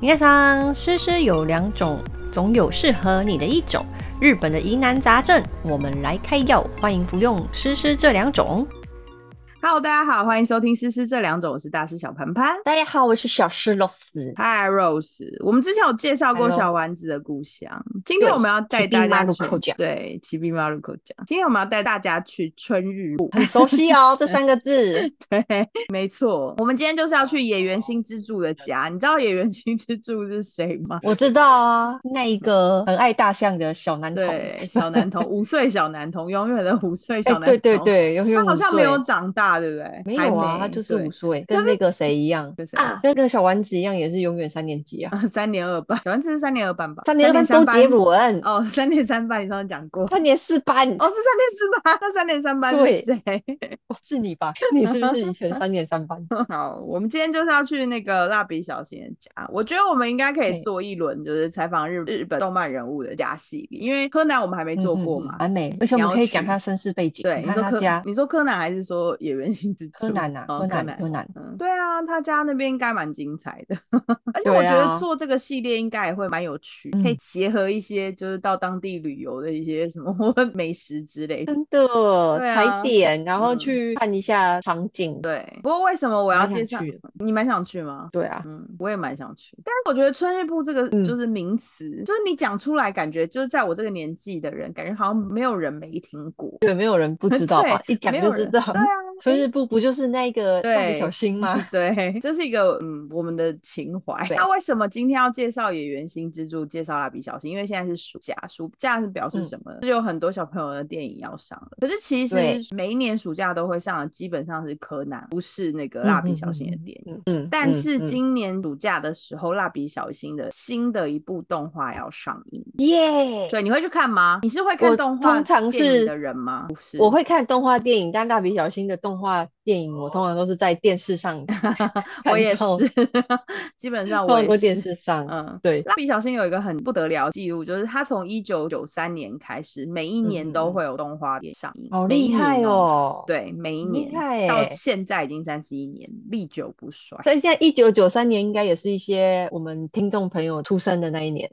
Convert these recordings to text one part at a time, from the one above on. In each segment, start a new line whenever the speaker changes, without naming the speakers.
皆さん，诗诗有两种，总有适合你的一种。日本的疑难杂症，我们来开药，欢迎服用诗诗这两种。
Hello，大家好，欢迎收听《思思这两种》，我是大师小盘盘。
大家好，我是小诗老师。
Hi Rose，我们之前有介绍过
Hello
小丸子的故乡，今天我们要带
骑兵
大家
马路
去
口讲
对骑兵马路口讲，今天我们要带大家去春日部。
很熟悉哦，这三个 字。
对，没错，我们今天就是要去野原新之助的家。你知道野原新之助是谁吗？
我知道啊，那一个很爱大象的小男童。
对，小男童，五岁小男童，永远的五岁
哎、
小男童。
对对，对，永远
他好
五
像没有
岁
长大，对不对？
没
还
有啊，他就是
对
五岁，
可
跟
是
那个谁一样
跟谁
啊，跟那个小丸子一样，也是永远三年级啊。
啊， 三年二班，小丸子是三年二班吧？
三年二班周
三
杰伦，
哦， 三年三班，你上次讲过。
三年四班，
哦，是三年四班， 那三年三班是
对
谁？
哦是你吧？你是不是以前三年三班？
好，我们今天就是要去那个蜡笔小新的家。我觉得我们应该可以
对
做一轮，就是采访日日本动漫人物的家系列，因为柯南我们还没做过嘛。
完美，而且我
你要
们可以讲
去
他身世背景，
对，
嗯你
你
看
说
他
柯
家，
你说柯南还是说野原新之助？
柯南啊
哦
柯
柯
南柯南
嗯，对啊，他家那边应该蛮精彩的， 而且我
对
觉
啊
得做这个系列应该也会蛮有趣，可以
嗯
结合一些就是到当地旅游的一些什么 美食之类的。
真的
对啊
踩点，然后
嗯
去看一下场景。
对，不过为什么我要
蛮想
介绍
去？
你蛮想去吗？
对啊，
嗯，我也蛮想去，但是我觉得春日部这个
嗯
就是名词，就是你讲出来，感觉就是在我这个年纪的人，感觉好像没有人没听过。
对，没有人不知道吧？
对
一讲
没
就
有
知
人
道。
对啊，
春日部不就是那个蜡笔小
对
新吗？
对，这是一个嗯，我们的情怀。
对
那为什么今天要介绍野原新之助，介绍蜡笔小新？因为现在是暑假，暑假是表示
嗯
什么呢？就有很多小朋友的电影要上了。可是其实
对
每一年暑假都会上的，基本上是柯南，不是那个蜡笔小新的电影。
嗯嗯，
但
嗯
是
嗯
今年暑假的时候，蜡笔小新的新的一部动画要上映。
耶，
对，你会去看吗？你是会看
我
动画
通常
电影
是
的人吗？不是，
我会看动画电影，但蜡笔小新的动画电影我通常都是在电视 上看哦到，
我也是， 基本上我
放过
也
电
是。
视上。
嗯，
对，
蜡笔小新有一个很不得了的记录，就是他从一九九三年开始，每一年都
嗯嗯嗯
会有动画电影上映，
好
每一
厉害
年哦。
哦。，
对，每一
很厉
年
害
到
欸
现在已经三十一年，历久不衰。
但现在一九九三年应该也是一些我们听众朋友出生的那一年，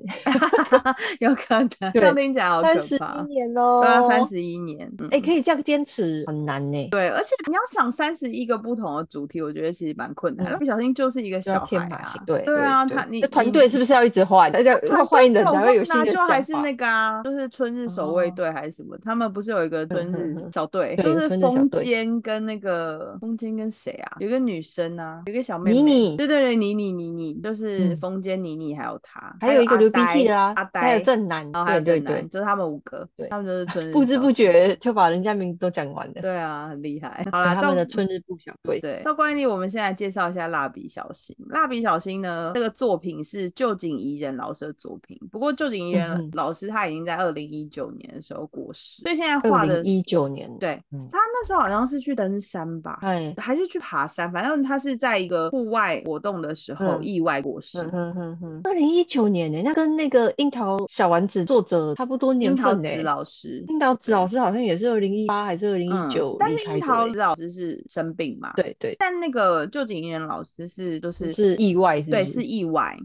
有可能，这
对
样听起来好
三
可
十
怕
一。年哦
对啊，
喽，
三。十一年，嗯
哎，可以这样坚持很难呢，
对，而且你要想三十一个不同的主题，我觉得其实蛮困难。
嗯
蜡笔小新就是一个
就要
小孩
天马
啊
行，，对
啊，
对
他你
这团
你
队是不是要一直换？大家 要
团
换人
队
才会有新
啊
的
就
想
还是
法。
那个啊，就是春日守卫队还是什么，他们不是有一个春日
嗯嗯嗯
小队，
对
就
有
是
春日小
风
队
间跟那个风间跟谁啊？有一个女生啊，有一个小妹妹，
妮妮
对对对，妮妮妮妮，就是
嗯
风间妮妮还有她，
还有一个
阿
流鼻涕
呆
的啊
阿，
还有
呆，
正男，
然后还有
对对
正男，
对，
就是他们五个
对，
他们就是春日
不知
小
不
队。
觉就把人家名字都讲完了。
对啊，很厉 害。好
对
啦，
他
照
们的春日部小队，
对，照惯例，我们现在介绍一下《蜡笔小新》。《蜡笔小新》呢，这个作品是臼井仪人老师的作品。不过，臼井仪
嗯
人
哼
老师他已经在二零一九年的时候过世，所以现在画
二
的
零一九年，
对
嗯
他那时候好像是去登山吧，
哎，
还是去爬山，反正他是在一个户外活动的时候
嗯
意外过世。
嗯哼哼哼，二零一九年呢，那跟那个樱桃小丸子作者差不多
樱
年
桃
份呢。嗯
子老师，
樱桃子老师好像也是二零一八还是二零
嗯
一九
但
离
是樱
开的
桃
欸
子，老师是生病嘛？
对对，
但那个臼井仪人老师是就是
是意外，是不
对
是
是意外，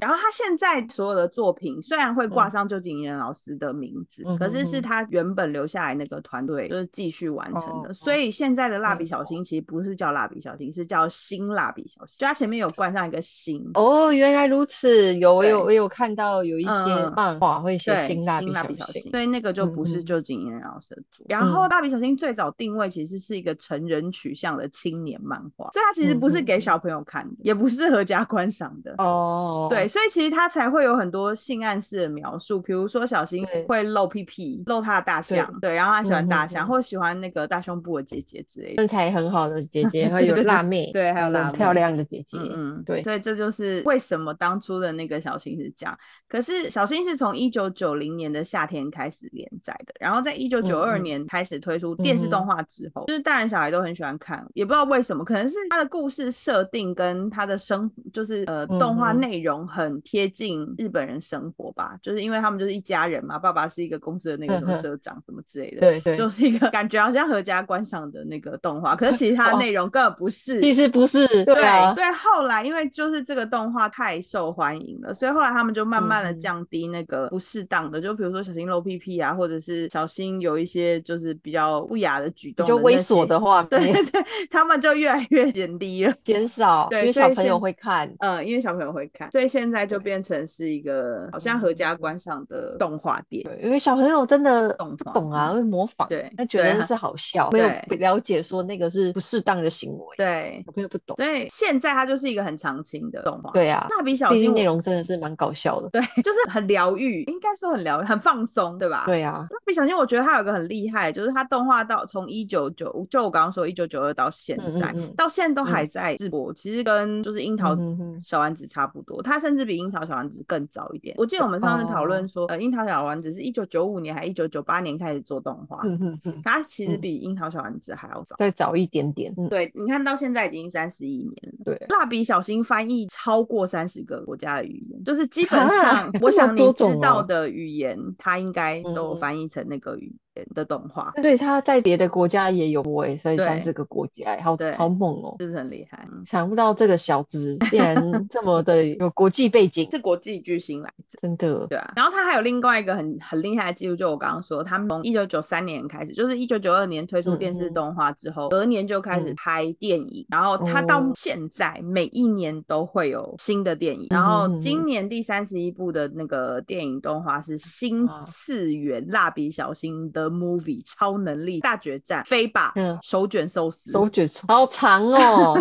然后他现在所有的作品虽然会挂上旧井人老师的名字，
嗯
可是是
嗯哼
他原本留下来那个团队就是继续完成的。
哦
所以现在的蜡笔小
哦
新其实不是叫蜡笔小新，是叫新蜡笔小新，就它前面有冠上一个新。
哦，原来如此，有我
对
有我有看到有一
嗯
些
嗯
漫画会写
对，
新
蜡
蜡笔
小
新，
所以那个就不是
嗯嗯嗯
旧井人老师的作。然后蜡笔小新最早定位其实是一个成人取向的青年漫画，所以它其实不是
嗯嗯
给
嗯
小朋友看的，也不适合家观赏的。
哦，
对，，所以其实他才会有很多性暗示的描述，比如说小新
对
会露屁屁，露他的大
对
象，对，然后他喜欢
嗯
大
嗯
象，
嗯
或喜欢那个大胸部的姐姐之类的
身。材很好的姐 姐，还
对
有
对对
辣妹，
对还有
很
辣
漂
妹
亮的姐姐，
嗯嗯，
对
所以这就是为什么当初的那个小新是这样。可是小新是从一九九零年的夏天开始连载的，然后在一九九二
嗯嗯
年开始推出电视动
嗯哼
画之后，就是大人小孩都很喜欢看，也不知道为什么，可能是他的故事设定跟他的生就是呃动画
嗯哼
内容很很贴近日本人生活吧，就是因为他们就是一家人嘛，爸爸是一个公司的那个什么
嗯哼
社长什么之类的，
对对，
就是一个感觉好像合家观赏的那个动画，可是其实它的内容根本不是。
其实不是，对啊，
对，后来因为就是这个动画太受欢迎了，所以后来他们就慢慢的
嗯嗯
降低那个不适当的，就比如说小心露屁屁啊，或者是小心有一些就是比较不雅的举
比
动，
较猥琐的，哎画
对
面
对，他们就越来越减低了。
减少，
对
因为
所以
小朋友
现
会看，
嗯，因为小朋友会看，所以现在就
对
变成是一个好像合家观赏的动画店。
对，因为小朋友真的
动
不
画
懂啊，
嗯
会模仿，
对
他觉
对
得
啊
是好笑，没有
对
了解说那个是不适当的行为，
对，
小朋友不懂，
所以现在它就是一个很常青的动画。，
对啊，
蜡笔小
毕
新
竟
我
内容真的是蛮搞笑的，
对，就是很疗愈，应该说很疗，很放松，对吧？。
对啊，
蜡笔小新，我觉得它有一个很厉害，就是它动画到从一九九，就我刚刚说一九九二到现
嗯
在，
嗯嗯
到现在都还在直播，其实跟就是樱桃
嗯哼哼
小丸子差不多，它甚至比樱桃小丸子更早一点。我记得我们上次讨
哦
论说，呃，樱桃小丸子是一九九五年还一九九八年开始做动画，
嗯嗯嗯，
它其实
嗯
比樱桃小丸子还要早。
再早一点点，嗯，
对，你看到现在已经三十一年了。
对。
蜡笔小新翻译超过三十个国家的语言，就是基本
哈
上，
那
我
么
想你
多
知
种哦
道的语言，它应该都有
嗯
翻译成那个语言的动画，
对，他在别的国家也有播诶，所以
对
三四个国家欸，好
对
好猛哦！
是不是很厉害？嗯
想不到这个小子竟 然这么的有国际背景，
是国际巨星来着。
真的
对啊，然后他还有另外一个很很厉害的记录，就我刚刚说，他们从一九九三年开始，就是一九九二年推出
嗯
电视
嗯
动画之后，隔年就开始
嗯
拍电影，然后他到
哦
现在每一年都会有新的电影，
嗯
然后
嗯嗯
今
嗯
年第三十一部的那个电影动画是《新
哇
次元蜡笔小新的 Movie 超能力大决战》飞吧
嗯
手卷寿司，
手指好长 哦，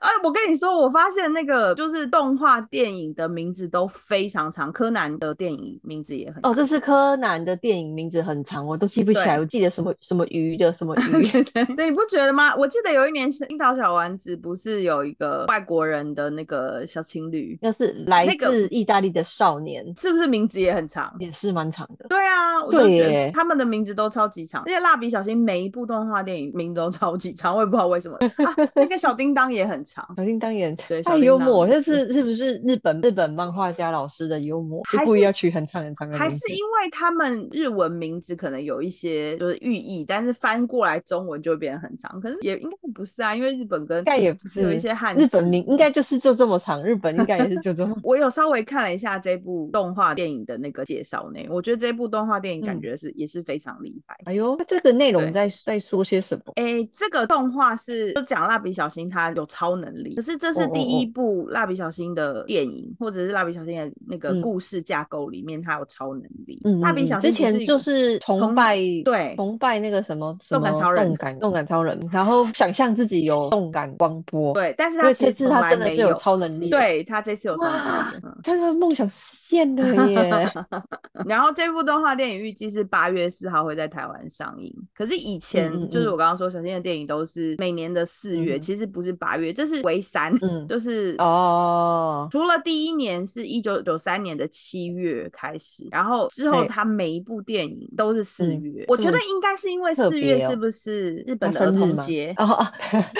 哎，我跟你说，我发现那个就是动画电影的名字都非常长，柯南的电影名字也很
哦，
长。
这是柯南的电影名字很长，我都记不起来，
对
我记得什么什么鱼的 什么 鱼，
嗯对，你不觉得吗？我记得有一年是樱桃小丸子，不是有一个外国人的那个小情侣，
那是来
那个
自意大利的少年，
是不是名字也很长？
也是蛮长的。
对啊，我就觉
对
得
耶
他们的名字都超级长，而且蜡笔小新每一部动画电影名字都超级长，我也不知道为 什么。啊，那个小叮当也很长，
小叮当也
对小
太
叮
幽
当
默，
也
这是是不是日本日本漫画家老师的幽默？就
还
故意
是
要取很长很长的
还
名
是
字
因为他们日文名字可能有一些就是寓意，但是翻过来中文就会变得很长。可是也应该不是啊，因为日本跟应
该也不
有一
是
些汉字。
日本名应该就是就这么长，日本应该也是就 这么
我有稍微看了一下这部动画电影的那个介绍呢，我觉得这部动画电影感
嗯
觉是、也是非常厉害。
哎呦，这个内
对
容在在说些什么？
诶，这个动画是就讲蜡笔小新他有超能力，可是这是
哦哦
第一
哦
部蜡笔小新的电影，或者是蜡笔小新的那个
嗯
故事架构里面他有超能力。
嗯，
蜡笔
嗯
小
嗯之
新不
前
一
就
个
是崇
从
拜
对
崇拜那个什么什
动感
么
超人
动感动感超人，然后想象自己有动感光波，
对，但是
所
他
以
其
这
实
次
从
他
来
真的
没
是有超能力，，
对他这次有超能力
哇
的。嗯
他的梦想实现了 耶！
然后这部动画电影预计是八月四号会在台湾上映。可是以前、
嗯嗯
就是
嗯
我刚刚说小新的电影都是每年的四月，
嗯哼
其实不是八月，这是为三，
嗯，
就是
哦，
除了第一年是一九九三年的七月开始，然后之后
对
他每一部电影都是四
嗯
月。我
这
觉得
么
应该是因为
特
四月
别哦
是不是日
他
本的儿
生日
童
吗
节？？
哦，哦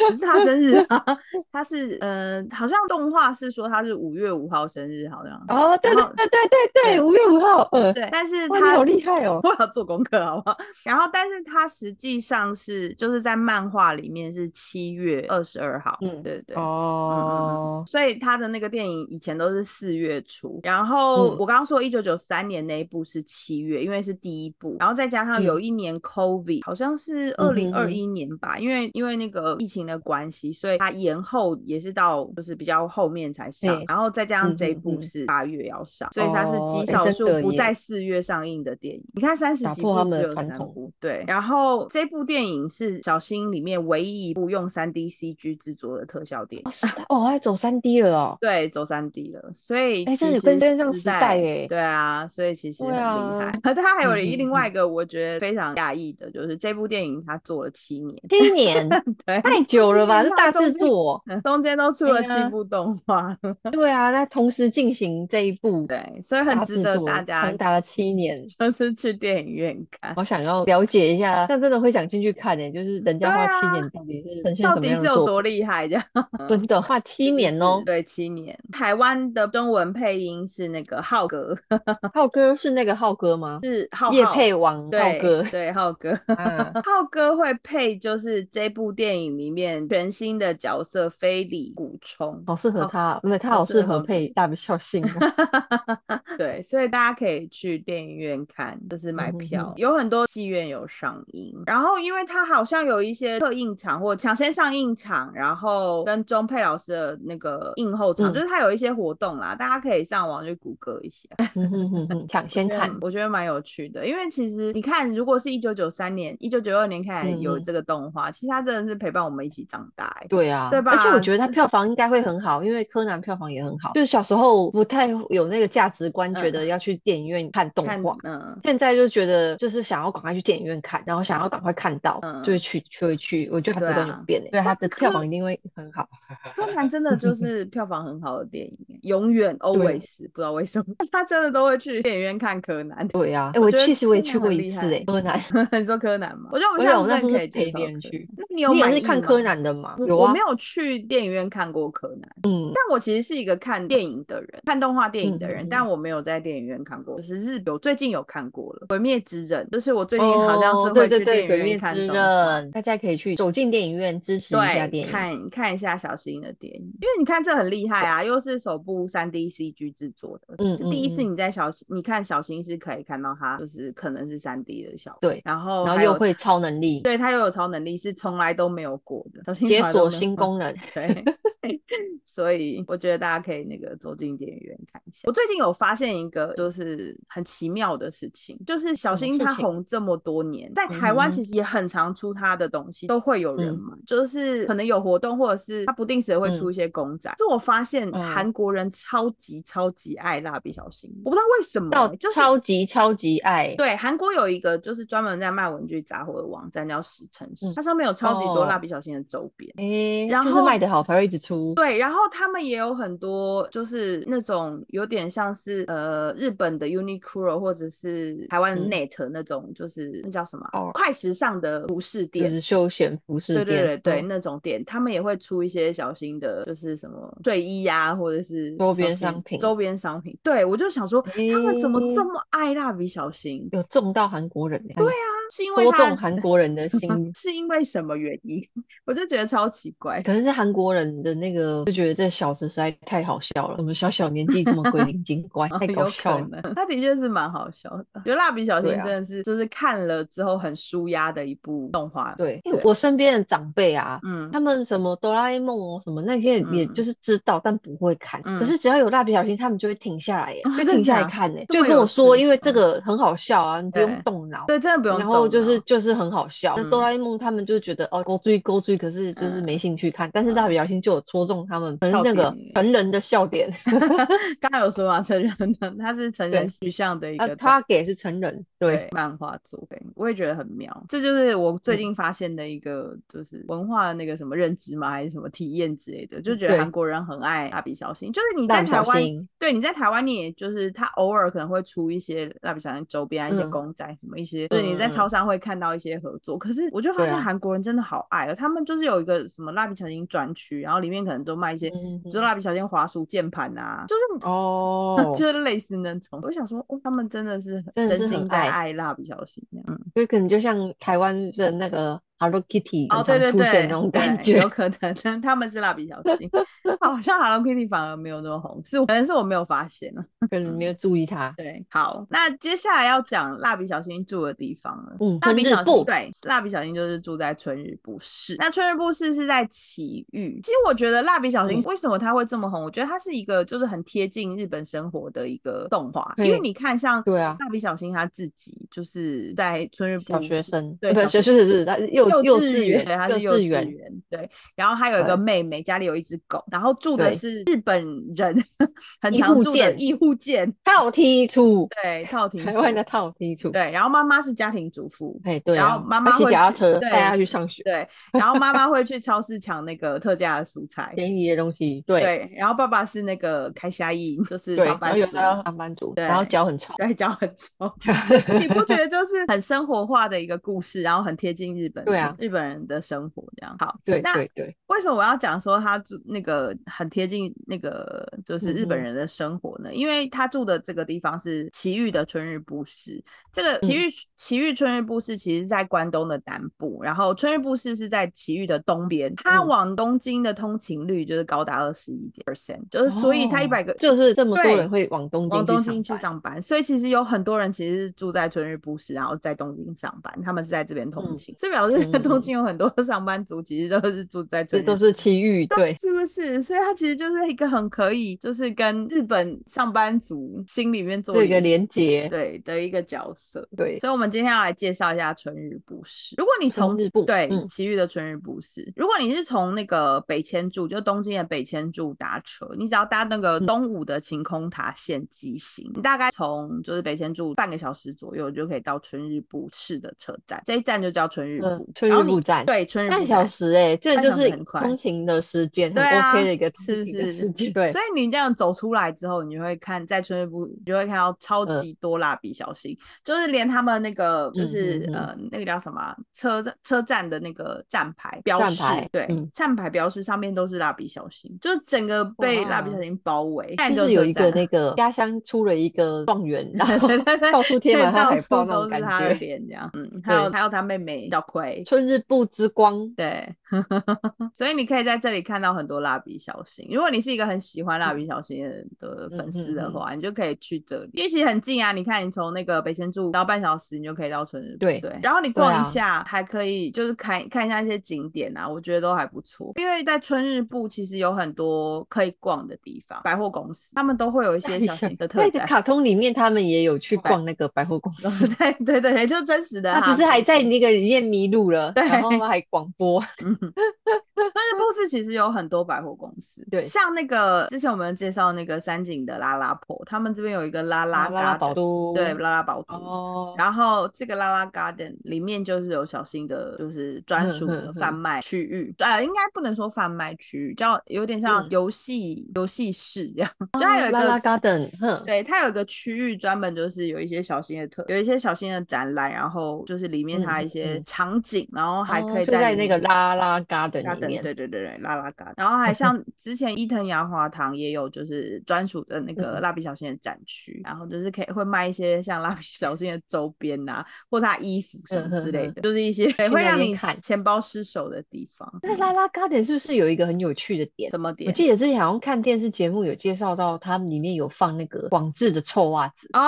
不是他生日啊，他是呃，好像动画是说他是五月五号生日，好像。
哦，对
然
对
后
对对对
对
对，五月五号，呃，
对，但是
哇，你
他
好厉害哦，
我要做功课好不 好？然后，但是它实际上是就是在漫画里面是七月二十二号，
嗯
对对。
哦，
所以他的那个电影以前都是四月初，然后
嗯
我刚刚说一九九三年那一部是七月，因为是第一部，然后再加
嗯
上有一年 COVID，、好像是二
嗯
零
哼
二
哼
一年吧，因为因为那个疫情的关系，所以它延后也是到就是比较后面才上
对，
然后再加上
嗯
这一
哼
部
哼
是八月要上，所以它是
哦
极
诶
少
真
数
的
不
耶
在四月上映的电影。你看三十
打
几
破
部
他们
只
的
有
传
三
统
部，对。然后这部电影是小新里面唯一一部用三 D CG 制作的特效电影
哦，。是哦，他走三 D 了哦，
对，走三 D 了，所以
哎这
其
也跟
实
跟上
是
时代
在
耶
对啊，所以其实很
对
厉害
啊。
可 他还有
嗯
一
嗯
另外一
嗯
个我觉得非常讶异的，就是这部电影他做了七年，
七 年
对，
太久
七
了吧？
年
这
啦
大
中
制
间
作，
嗯中间都出
对
了七
啊
部动画，
对啊，那同时进行这一部
对，所以很
大
值
制
得大
作，
家嗯
长达了七年，
就是去电影院看。
好想想要了解一下，啊但真的会想进去看诶、就是人家花
对啊
七年到底是呈现
到
什么
底
样
是
的
有
作
多厉害？这样
品，真的花七年哦。
对，七年。台湾的中文配音是那个浩哥，
浩哥是那个浩哥吗？
是浩
叶
浩
配王浩
对
哥
对浩哥。
啊，
浩哥会配就是这部电影里面全新的角色非礼古冲，
好适合
哦
他，因为他
好
好
适
适
合
合
你
配大比小新哦。
对，所以大家可以去电影院看，就是 买
嗯哼
票，
哼
有很多戏院有上映。然后，因为它好像有一些特映场或抢先上映场，然后跟钟佩老师的那个映后场，
嗯
就是它有一些活动啦，大家可以上网去谷歌一下，嗯
嗯哼哼哼，抢先看，
我觉得蛮有趣的。因为其实你看，如果是一九九三年、一九九二年开始
嗯
有
嗯
这个动画，其实它真的是陪伴我们一起长大、欸。
对啊，
对
而且
吧
我觉得它
这
票房应该会很好，因为柯南票房也很好。就是小时候不太有那个价值观，觉
嗯
得要去电影院看动
看
画，，
嗯，
现在就觉得就是想要赶快去电影院看，然后想要赶快看到，就会去就会去。我觉得它
嗯对
这段有
啊
变诶、欸对它的票房一定会很好。
柯南真的就是 票房很好的电影欸，永远
啊
always 不知道为什么， 他真的都会去电影院看柯南。
对啊，哎、
我
我
觉得
其实我也
柯南
去过
很
一
厉
次
害
诶、柯南，
你说柯南吗？我觉得我
而
们
且
下
我
次
那时
真
候是
的可以介
陪
绍
别人
柯南。
去，
那你有
你也
满
是
意
看柯
吗？
南的吗？
我
有
我
啊
没，有去电影院看过柯南，
嗯
但我其实是一个看电影的人，看动画电影的
嗯
人，
嗯
但
嗯
我没有在电影院看过。就是日本，我最近有看过了《鬼灭之刃》，就是我最近好像
哦
是，
对
会
对
去
对，
电
《鬼
影
灭
院看
之
动
刃
画。》，
大家可以去走进电影院支持一下
对，
电影。
看看一下小新的电影，因为你看这很厉害啊，又是首部三 D CG 制作的，
嗯
是第一次
嗯嗯
你在小新，你看小新是可以看到他就是可能是三 D 的效果，
对
然后
然后
还
又
有
会超能力，
对他又有超能力，是从来都没有过的，小新
解
从来
锁
都没有
新功能。
对，所以我觉得大家可以那个走进电影院看一下。我最近有发现一个就是很奇妙的事情，就是小
什么
新
事
他
情
红这么多年，在台湾
嗯哼
其实也很常出他的东西，都会有人
嗯
买，就是可能有活动或者是他不定时地会出一些公仔。这我发现
嗯
韩国人超级超级爱蜡笔小新，我不知道为什么
到
欸、就是
超级超级爱，
对，韩国有一个就是专门在卖文具杂货的网站叫十城市，
嗯
它上面有超级多
哦
蜡笔小新的周边。
诶，
然
就是
后
卖得好才会一直出。
对，然后他们也有很多就是那种有点像是呃日本的 Uniqlo 或者是台湾的
嗯
Net 那种，就是那叫什么啊、
哦
快时尚的服饰
就
店。
是休闲服饰
对对
店，嗯
对对，那种店他们也会出一些小新的，就是什么睡衣呀、或者是
周
小
边
新
商品
周边商品。对我就想说，他们怎么这
诶
么爱蜡笔小新？
有中到韩国人呢、
对啊，是因为
戳
他
中韩国人的 心，
是因为什么原因？ 我就觉得超奇怪。
可能是韩国人的那个就觉得这小子实在太好笑了，怎么小小年纪这么鬼灵精 怪，太搞
哦有
笑
可
了。
能，他的确是蛮好笑的。觉得蜡笔小新
对
真
啊
的是就是看了之后很舒压的一部动画。
对，因为
对
我身边的长辈啊，
嗯，
他们什么哆啦 A 梦哦，什么那些也
嗯
就是知道，但不会看。
嗯
可是只要有蜡笔小新，他们就会停下来耶，
哦
就
真的
停下来
假的
看耶，
这
就
么
跟我
有
说，
趣
因为这
嗯
个很好笑啊，你不
对
用动脑。
对，真的不用
然
动
后
脑。
就是就是很好笑，那哆
嗯
啦 A 梦他们就觉得哦勾追勾追，可是就是没兴趣看，但
嗯
是蜡笔小新就有戳中他们，可能是那个成人的笑点，
刚刚有说嘛，成人的他是成人
对
取向的一
啊
个动
他给是成人，对，
漫画作品，我也觉得很妙。这就是我最
嗯
近发现的一个，就是文化的那个什么认知嘛，还是什么体验之类的，就觉得
对
韩国人很爱蜡笔小新。就是你
蜡
在
笔
台
小
湾，
新，
对你在台湾，你也就是他偶尔可能会出一些蜡笔小新周边啊，一些
嗯
公仔什么一些，
嗯
就是你在
嗯嗯
超商会看到一些合作。可是我就发
对
现
啊
韩国人真的好爱哦，他们就是有一个什么蜡笔小新专区，然后里面可能都卖一些，
嗯
比如说蜡笔小新滑鼠键盘啊，就是，
哦
就是类似那种。我想说，哦，他们真的是很
真的
真
是很
心在
爱
爱蜡笔小新这样。嗯
就可能就像台湾的那个 Hello Kitty
哦，
很
对
常
对
出现
对
那种感
对，有
觉，
可能，但他们是蜡笔小新， 好像 Hello Kitty 反而没有那么红，是可能是我没有发现啊了。
可能没有注意它。
对，好，那接下来要讲蜡笔小新住的地方了。
嗯，
蜡
春
笔
日
小新
部
对，蜡笔小新就是住在春日部市。那春日部市是在埼玉。其实我觉得蜡笔小新
嗯
为什么它会这么红？我觉得它是一个就是很贴近日本生活的一个动画，因
对
为你看像
对啊
蜡笔小新他自己就是在春日部
小学
市
生，
对
不
小
是
学
小学生是他幼幼
幼
稚
园，
园
对，他是
幼
幼
稚
稚
园
园，对。然后还有一个
对
妹妹，家里有一只狗，然后住的
对
是日本人 很
医
常
护
住的
健
医护健，
套踢处，
对，套亭
台
处
湾的套踢处。
对。然后妈妈是家庭主妇，
哎，对
然
啊，
后妈
他
妈
骑
会
脚踏
去
车带
对
他去上学，
对。然后妈妈会去超市抢那个特价的蔬菜，
便宜的东西，对
对。然后爸爸是那个开虾印，就是
对，
上
然
班
后有
族
时。候上班族，然后
对
脚很 臭，
对，脚很臭，就是你不觉得就是很生活化的一个故事，然后很贴近日本，
对啊
日本人的生活这样。好，
对
那
对对，
为什么我要讲说他住那个很贴近那个就是日本
嗯哼
人的生活呢？因为他住的这个地方是崎玉的春日部市。这个
嗯
崎玉、崎玉春日部市其实是在关东的南部，然后春日部市是在崎玉的东边。它
嗯
往东京的通勤率就是高达二十一点 percent，就是所以它一百
哦
个
就是这么多
对
人会往东
往东京
京
去
上班，
上班，所以其实有很多人其实是住在春日部市，然后在东京上班，他们是在这边通
嗯
勤。这表示
嗯
东京有很多上班族其实都是住在
这
春日
都是奇遇，对
是不是？所以它其实就是一个很可以，就是跟日本上班族心里面做
这个
连
连结，
对的一个角色。
对，
所以，我们今天要来介绍一下春日部市。如果你从
春日部
对
嗯
奇遇的春日部市，如果你是从那个北千住，就东京的北千住搭车，你只要搭那个
嗯
东武的晴空塔线机型，你大概从就是北千住半个小时左右，你就可以到春日部市的车站。这一站就叫春日
嗯
部，
春
然后
日
你
部站
对春日部
半
站
小时哎，这
半
就
小时
是
很快
通勤的时间，很
对啊
OK 的一个通
是
勤的
是
时间，对
所，以你这样走出来之后，你就会看在春日部，你就会看到超
嗯
级多蜡笔小新，就是连他们那个就
嗯
是、
嗯嗯
呃那个叫什么啊车站车站的那个站牌标
站
示，
牌
对，
嗯
站牌标示上面都是蜡笔小新，就是整个被蜡笔小
哇
新包围，但
就是
是
有一个那
个。
个家乡出了一个状 元，然后
对对对，
到处贴
所以
满他
到
海报
处
那种
都是
感
他的
觉
脸这样， 嗯，还有
对
还有他妹妹小葵，
春日部之光，
对， 所以你可以在这里看到很多蜡笔小新。如果你是一个很喜欢蜡
嗯
笔小新的的粉丝的话，你就可以去这里，因为其实很近啊。你看，你从那个北千住到半小时，你就可以到春日部。
对
然后你逛
对啊
一下，还可以就是看看一下一些景点啊，我觉得都还不错。因为在春日部其实有很多可以逛的地方，百货公司他们都会有一些小新的特
那个
展。
卡通里面他们也有去
百
逛那个百货公司。
对对对对，就真实的哈
他
姆
不
太郎。
啊是还在那个里面迷路了，然后
对
还广播，
嗯，但是布市其实有很多百货公司，
对
像那个之前我们介绍那个三井的拉拉婆，他们这边有一个拉
啊
拉
拉拉宝
garden，
都，
对，拉拉宝都。
哦，
然后这个拉拉 garden 里面就是有小新的，就是专
哼
属
嗯哼
的
哼
贩卖区域，呃，应该不能说贩卖区域，叫有点像
嗯
游戏游戏室这样，
哦
就它有一
拉
个
拉 garden，哼，
对，它有一个区域专门就是有一些小型的特，有一些小型的展览，然后就是里面
嗯
它
嗯
一些
嗯
场景，然后还可
哦
以
就
在
在
里
那
面
个拉拉 garden
嘎
里
噔
面，
对对对对，拉拉嘎。然后还 像之前伊藤洋华堂也有就是专属的那个
嗯
蜡笔小新的展区，然后就是可以会卖一些像蜡笔小新的周边呐、或他衣服什
嗯
么之
哼
类
哼
的，就是一些会
那
让
边
你
看
钱包失手的地方。
那
嗯
拉拉 garden 是不是有一个很有趣的点？
怎么
我
点？
记得之前好像看电视节目有介绍到，它里面有放那个广智的臭袜子，
哦，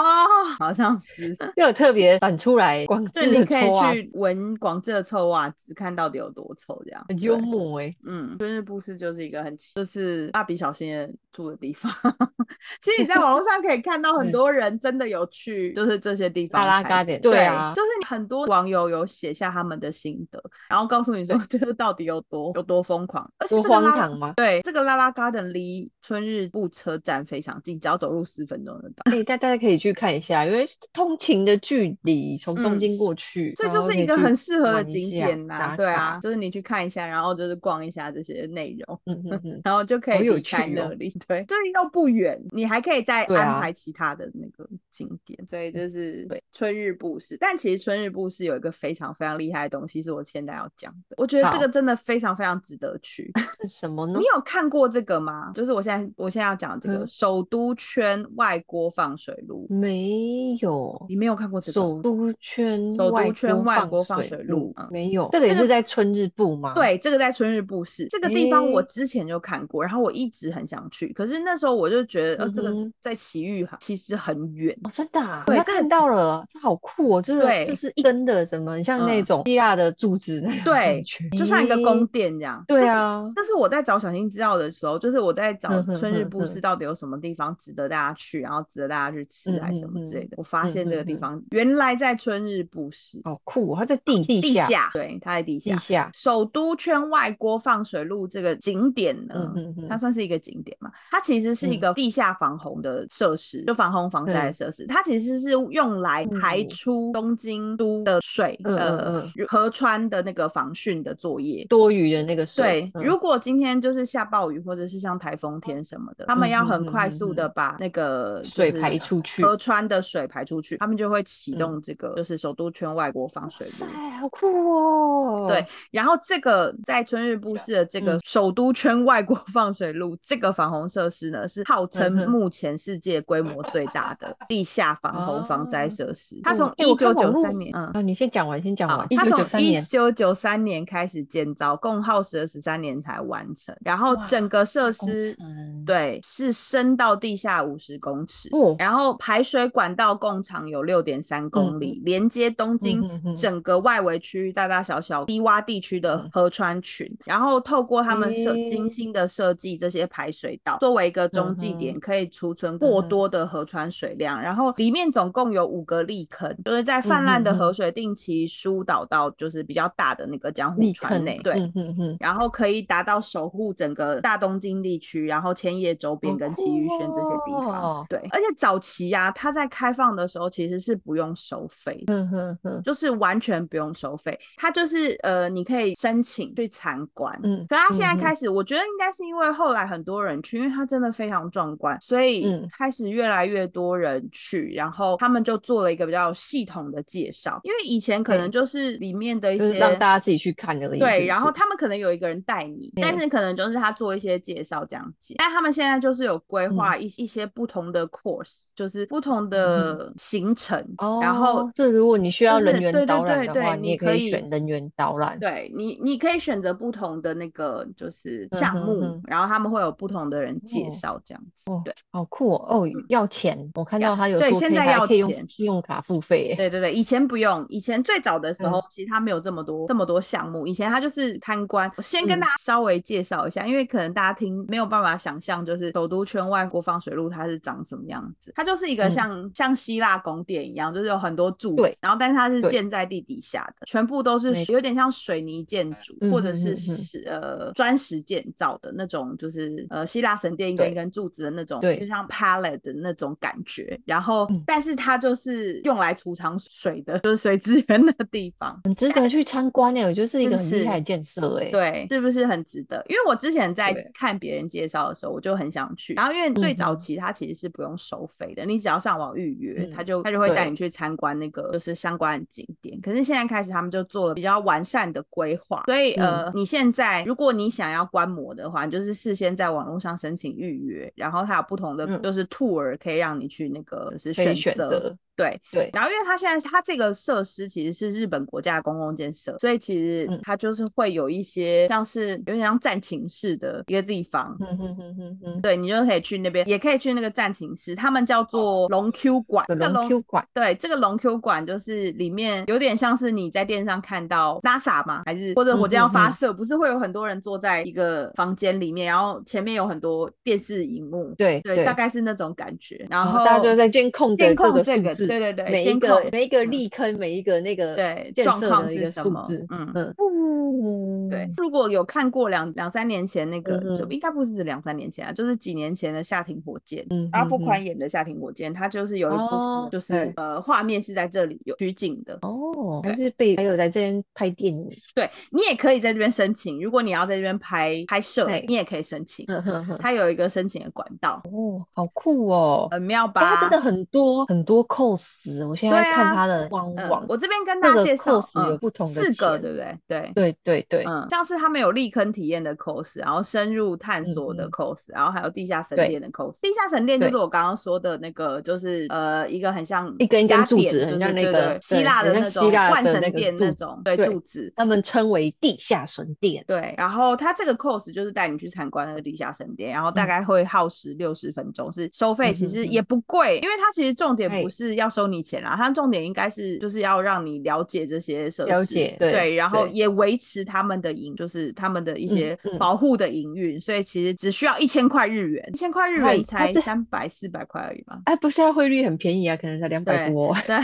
好像 是。
就有特别展出来广
对，
智
你
的
可以
臭袜子，
去闻广智的臭袜子，看到底有多臭，这样
很
对
幽默哎、
嗯，春日部市就是一个很奇就是蜡笔小新的住的地方。 其实你在网络上可以看到很
嗯
多人真的有去，就是这些地方
拉拉
踩
garden，
对
对啊，
就是很多网友有写下他们的心得，然后告诉你说这个到底有多有多疯狂，而且
多
这个
荒
拉
唐吗？
对这个拉拉 garden 离春日部车站非常近，只要走路十分钟就到。
哎、大大家可以去看一下，因为通勤的距离从东
嗯
京过去，
所以
然
就
后
是
可
一
以
个
去
很适合的
玩一
景
下
点呐、
打
对啊
卡，，
就是你去看一下，然后就是逛一下这些内容，
嗯嗯 嗯，
然后就可
好
以
有
离开
趣
那
哦，
里。对，这里又不远，你还可以再
对
安
啊嗯
排其他的那个景点。所以这是
对
春日部市，但其实春日部市有一个非常非常厉害的东西，是我现在要讲的。我觉得这
好
个真的非常非常值得 去。
是什么呢
你？有看过这个吗？就是我现在我现在要讲的这个
嗯
首都圈外锅放水路，
没有，
你没有看过这个？
首都圈
首
外
都圈
锅
外
放
国放
水
水路
路，
嗯
没有，这个
这
也
个
是在春日部吗？，
对，这个在春日部市这个地方，我
诶
之前就看过，然后我一直很想去，可是那时候我就觉得，呃，这个
嗯嗯哼
在奇遇哈其实很远，
哦，真的啊，我
对
要
这
看到了，这好酷哦，就是
对
就是一根的，怎么很像那
嗯
种希腊的柱子那种
对
感觉，
就像一个宫
诶，
殿这样。这
对
是
啊，
但是我在找小新资料的时候，就是我在找
嗯哼
春日
哼
部市到底有什么地方值得大家去，然后值得大家去吃
嗯
还是
哼
什么之类
哼
的。我发
嗯
现这
哼
个地
哼
方原来在春日部市
好酷哦，它在地地
地
下
下，对，它在地
地
下。
下，
首都圈外郭放水路这个景点呢
嗯，嗯嗯
它算是一个景点嘛？它其实是一
嗯
个地下防洪的设施，就防洪防灾的
嗯
设施。它其实是用来排
哦
出东京都的水，
嗯嗯
呃，河川的那个防汛的作业。
多余的那个水
对，，
嗯
如果今天就是下暴雨，或者是像台风天什么的，他们
嗯
要
哼
很
哼
快
哼
速
哼
的把那个就
水
是
排出去
河川的水排出去，他们就会启
嗯
动这个就是首都圈外国防
哇
水
塞
路。，
好酷哦，
对，然后这个在春日部市的这个
嗯
首都圈外国放水路、这个防洪设施呢，是号称
嗯哼
目前世界规模最大的地下防洪防灾
哦
设施。它从
哦哎
一
我看
九
网
九
络
三年，嗯，
啊，你先讲完，先讲
好
完，，一
它
九
从
九三
一
年，
九九三年开始建造，共耗时了十三年才完成。然后
哇
整个设
工
施，
程
对，是深到地下五十公尺。
哦，
然后排水管道共长有六点三公里，连接东京
嗯嗯哼哼
整个外围区域大大小小低洼地区的
嗯
河川群。然后透过他们设
诶
精心的设计这些排水道，作为一个中继
嗯哼
点，可以储存过
嗯哼
多的河川水量。然后里面总共有五个砾坑，就是在泛滥的
嗯哼
河
哼
水定期疏导到就是比较大的那个江湖
立
川
坑，
内。对，
嗯嗯嗯，
然后可以达到守护整个大东京地区，然后千叶周边
好
跟
酷
埼玉县这些地方。
哦
对，而且早期呀、啊，它在开放的时候其实是不用收费的。
嗯哼哼，
就是完全不用收费，它就是呃，你可以申请去参观。
嗯
可它现在
嗯哼
开始，我觉得应该是因为后来很多人去，因为它真的非常壮观，所以
嗯
开始越来越多人去，然后他们就做了一个比较有系统的介绍。因为以前可
对
能就是里面的一
就是
些
让大家自己去看而已，是
对，
不
然
是
后他们可能有一个人带你，但
嗯
是可能就是他做一些介绍讲解。但他们现在就是有规
嗯
划一、一些不同的 course，就是不同的行程，然后
哦，就如果你需要
就是
人
对
员
对
导览
对
的
对
话，
你
你也
可
可以
以
选人员导览，
对你，你可以选择不同的那个就是
嗯
项
哼
目，
哼
然后他们会有不同的人介
哦
绍这样子。
哦
对，
好酷哦，哦，要钱，我看
要
到他有
对
说
现
可以
在
还
要
可以用
钱
信用卡付费耶，
对对对，以前不用，以前最早的时候，
嗯
其实它没有这么多这么多项目，以前它就是参观。我先跟
嗯
大家稍微介绍一下，因为可能大家听没有办法想象，就是首都圈外国防水路它是长什么样子。它就是一个
嗯
像、像希腊宫殿一样，就是有很多柱
对
子，然后但是它是
对
建在地底下的，全部都是
没
有点像水泥建筑、
嗯
或者
哼
是
哼哼
石呃砖石建造的那种，就是呃希腊神殿一根
对
一根柱子的那种，
对
就像 palette 的那种感觉。然后，
嗯
但是它就是用来储藏水的，就是水资源的地方。
很值得去参观耶，我觉得是一
是
个
不
很厉害的
是
建设哎，
对，是不是很值得？因为我之前在
对
看别人介绍的时候，我就很想去。然后因为最早
嗯哼
期它其实是不用收费的，你只要上网预约，
嗯
它就它就会带
对
你去参观那个就是相关的景点。可是现在开始，他们就做了比较完善的规划，所以
嗯
呃，你现在如果你想要观摩的话，你就是事先在网络上申请预约，然后它有不同的
嗯
就是 tour 可以让你去那个就是
可以
选
选
择。
择，
对，
对，
然后，因为它现在它这个设施其实是日本国家的公共建设，所以其实
嗯
它就是会有一些像是有点像战情室的一个地方。
嗯哼哼哼哼，
对你就可以去那边，也可以去那个战情室，他们叫做龙 Q 馆。这
有
个
哦龙
龙
Q 馆，
对这个龙 Q 馆就是里面有点像是你在电视上看到 NASA 吗？还是或者火箭要
嗯嗯嗯
发射，不是会有很多人坐在一个房间里面，然后前面有很多电视荧幕，
对
对，
对
大概是那种感觉。然
然
后
后大家就在监控着
监
各
控
个
这
数
个，
字，
对对对，
每一
监
个
控
每一个
嗯
立坑，每一个那个
对
建
状
设
况
的一
是
个
什
数
么？
字，
嗯，
嗯，
对
嗯，，
如果有看过两两三年前那个，
嗯
就
哼
应该不是两三年前啊，就是几年前的《夏庭火箭》，
嗯
阿
哼
布宽
哼
演的《夏庭火箭》，它就是有一部分
哦
就是、
对
呃画面是在这里有取景的。
哦，还
对
是被还有来这边拍电影，
对你也可以在这边申请，如果你要在这边拍拍摄
对，嗯
你也可以申请，
哼哼哼，
它有一个申请的管道，呃
哦，好酷哦，
很妙
哎，它
吧？
真的很多很多 c o cos，我现在
对啊
看他的官
嗯
网，
我这边跟大
各
家
个
介绍
cos 有
嗯
不同的
四个，
钱
对不对？对。
对对对，
嗯，像是他们有立坑体验的 cos，然后深入探索的
嗯
cos，、然后还有地下神
对
殿的 cos。地下神殿就是
对
我刚刚说的那个，就是呃一个很像
一根一根
雅
柱
典
子很
就是
像那
对
个
对
对
希腊
很
的
像
那
希
种
腊
万
的
神
那个
殿
柱
那
子
种对
对
柱子。
他们称为地下神殿。
对，然后它这个 cos 就是带你去参观那个地下神殿，然后大
嗯
概会耗时六十分钟，是收费其
嗯哼
实
哼
也不贵，因为它其实重点
哎
不是要收你钱啦，它重点应该是就是要让你了解这些设施，
了解对
然后
对
也维持他们的营，就是他们的一
嗯
些
嗯
保护的营运，所以其实只需要一千块日元，一千块日
哎
元
它
才
这
三百四百块而已嘛。
哎，不是，汇率很便宜啊，可能才两百
对
多。
对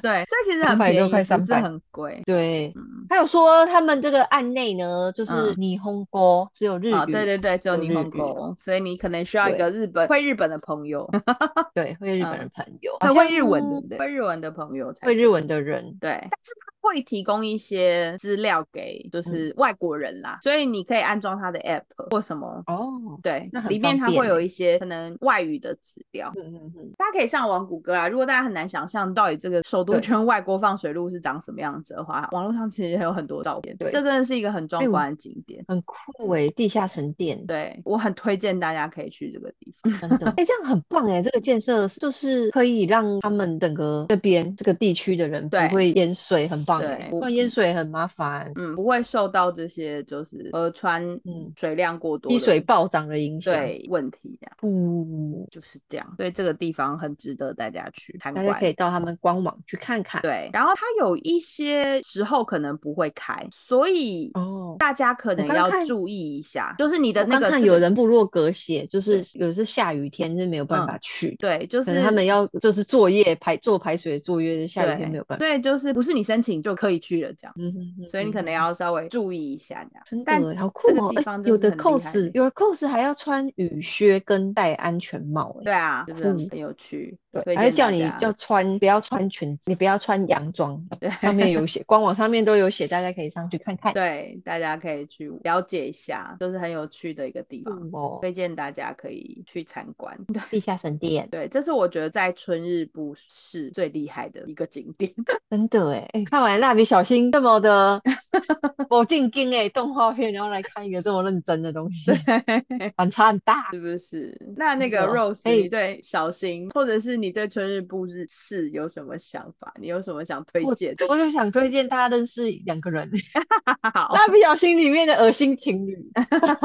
对，所以其实
200多
很便宜，
快
不是
300
很贵。
对，
嗯，
他有说他们这个案内呢，就是
嗯
霓虹沟只有日
啊、
语，
对对对，只有
有
你
日
梦
语
工，所以你可能需要一
对
个日本会日本的朋友。
对会日本
嗯
人朋友，
他
好
会
像
日文对不哦对？会日文的朋友才
会
可
日
以
文的人，
对，但是他会提供一些资料给
嗯
就是外国人啦，所以你可以安装他的 app 或什么。
哦，
对
那，很
里面
方
它
便
会有
欸
一些可能外语的资料，
嗯嗯嗯，
大家可以上网谷歌啊。如果大家很难想象到底这个首都
对
圈外国放水路是长什么样子的话，网络上其实有很多照片。
对
这真的是一个很壮
哎我
观的景点。
很酷诶，地下神殿，
对我很推荐大家可以去这个地方。
真 的，哎，这样很棒诶，这个建设就是可以让他们整个这边这个地区的人不
对
会淹水，很棒
对
诶，
我
不然淹水很麻烦，
嗯，不会受到这些就是河川
嗯
水量过多
积
的
水暴涨的影响，，
对问题这样。
不，
就是这样，所以这个地方很值得大家去参
大家
观
可。以到他们官网去看看，
对，然后它有一些时候可能不会开，所以
哦。
大家可能
刚
要
看
注意一下，就是你的
我
那
刚
个
看
这
有
个
人部落格写，就是有是下雨天是没有办
嗯
法去，
对，就
可
是
能他们要就是作业排做排水的作业，下雨天没有办法。
对，对就是不是你申请就可以去了这样，
嗯哼哼
所以你可能
哼
要稍微注意一下这样。
真
但
的欸好酷
这个
哦！
地
呃
方就
有
是
的
很厉害的
cos 有的 cos 还要穿雨靴跟戴安全帽
对
欸，
啊，是不是很
酷
很有趣？推
对，还会
荐
叫
大
你
家
要穿不要穿裙子，你不要穿洋装，
对
上面有写，官网上面都有写，大家可以上去看看。
对，大家可以去了解一下，就是很有趣的一个地方，
酷哦，
推荐大家可以去参观。
地下神殿
对，这是我觉得在春日部是最厉害的一个景点。
真的哎、欸，看完蜡笔小新这么的我进京哎动画片，然后来看一个这么认真的东西，反差很大。
那那
真
个
的
Rose，
哎
你对小新，或者是你对春日部日是有什么想法？你有什么想推
我
荐？
我就想推荐大家认识两个人，《
好，
蜡笔小新》里面的恶心情 侣，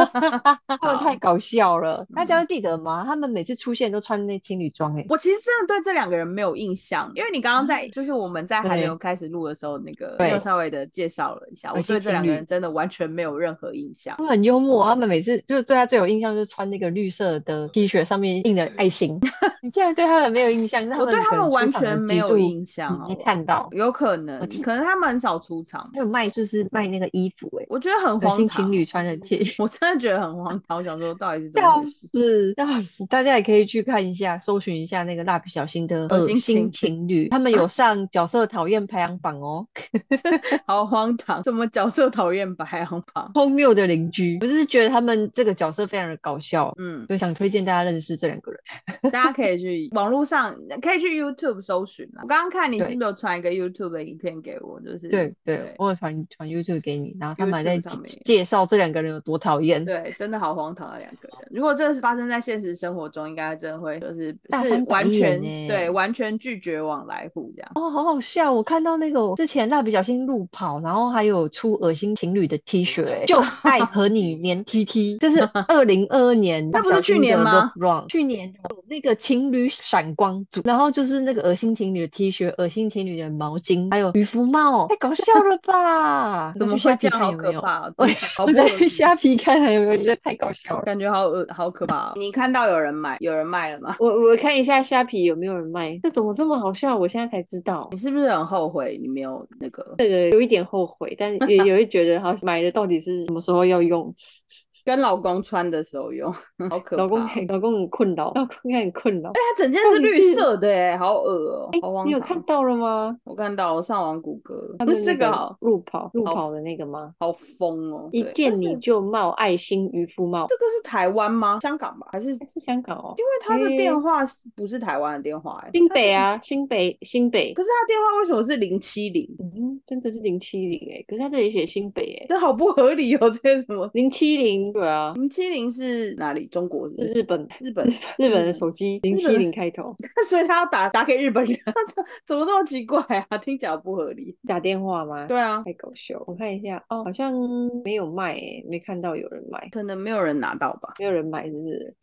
他们
好
太搞笑了。大家
嗯
会记得吗？他们每次出现都穿那情侣装哎、
我其实真的对这两个人没有印象，因为你刚刚在就是我们在还没
啊对
有开始录的时候，那个
对
又稍微的介绍了一下，我
恶心
对这
情
两个
侣
人真的完全没有任何印象。
他们很幽默，他们每次就是对他最有印象就是穿那个绿色的 T 恤，上面印的爱 心。你竟然对他们没有印象，那
我对
可
他
能
们
出
完
场的
全
集
没有
数
印象哦好
没
不好
看到。
有可能，
记
可能他们很少出场，
他有卖，就是卖那个衣服、欸，
我觉得很
恶
荒
心情
唐。
侣穿的 T，恤，
我真的觉得很荒唐，我想说到底是怎么
笑
回事？
死，笑死！大家也可以去看一下，搜寻一下那个蜡笔小新的
恶
恶
心情
心情侣，他们有上角色讨厌排行榜哦。
好荒唐，什么角色讨厌排行榜？
荒谬的邻居，我就是觉得他们这个角色非常的搞笑，
嗯，
就想推荐大家认识这两个人。
大家可 以去网络上，可以去 YouTube 搜寻啊。我刚刚看你是
对
不是有传一个 YouTube 的影片给我，就是
对对
对，
我有传传 YouTube 给你，然后他们还
YouTube
在
上
介
面
介绍这两个人有多讨厌。
对，真的好荒唐的两个人。如果这是发生在现实生活中，应该真的会就是
大
是
翻白
完全
眼呢
对完全拒绝往来户这样。
哦，好好笑！我看到那个之前蜡笔小新路跑，然后还有出恶心情侣的 T 恤、欸，就 爱和你粘 T T，这是二零二二年
那
蜡
不
笔小
是去
新的
年吗？
Rock Run，去年有那个情侣闪光组，然后就是那个恶心情侣的 T 恤、恶心情侣的毛巾，还有渔夫帽，太 搞笑了吧
怎
你
么
去虾
会这
皮
样？
看
好
有没
可
有？
怕哦！
我
真的好
我
不
再
容
去
易
虾皮看还有没有？觉得太搞笑了。
感觉好恶，好可怕、哦！你看到有人买，有人卖了吗？
我我看一下虾皮有没有人卖，这怎么这么好笑？我现在才知道
你，是不是很后悔你没有那个？
有一点后悔，但也也会觉得好像买的到底是什么时候要用。
跟老公穿的时候用， 好可怕。
老公
哎、
很老公很困扰，老公很困扰。
它整件是绿色的哎、好恶哦、好荒
你有
唐
看到了吗？
我看到，我上网谷歌，
他
不
的
是
那
这个
个
好
路跑路
好
跑的那个吗？
好疯哦、
一
对
见
但
你
是
就冒爱心渔夫帽，
这个是台湾吗？香港吧？还是因
还是香港哦？
为他的
诶
电话是不是台湾的电话、欸？
新
他
北
电！
啊，新北新北
可，是他电话为什么是零七零？
嗯，真的是零七零哎，可是他这里写新北哎，
这好不合理哦、这些什么
零七零对啊，
零七零是哪里？中国是不
是
是
日本
日本
日本的手机零七零开头，
所以他要打打给日本人，这怎么那么奇怪啊？听起来不合理。
打电话吗？
对啊，
太搞笑，我看一下哦，好像没有卖哎，没看到有人买，
可能没有人拿到吧。
没有人买是不是？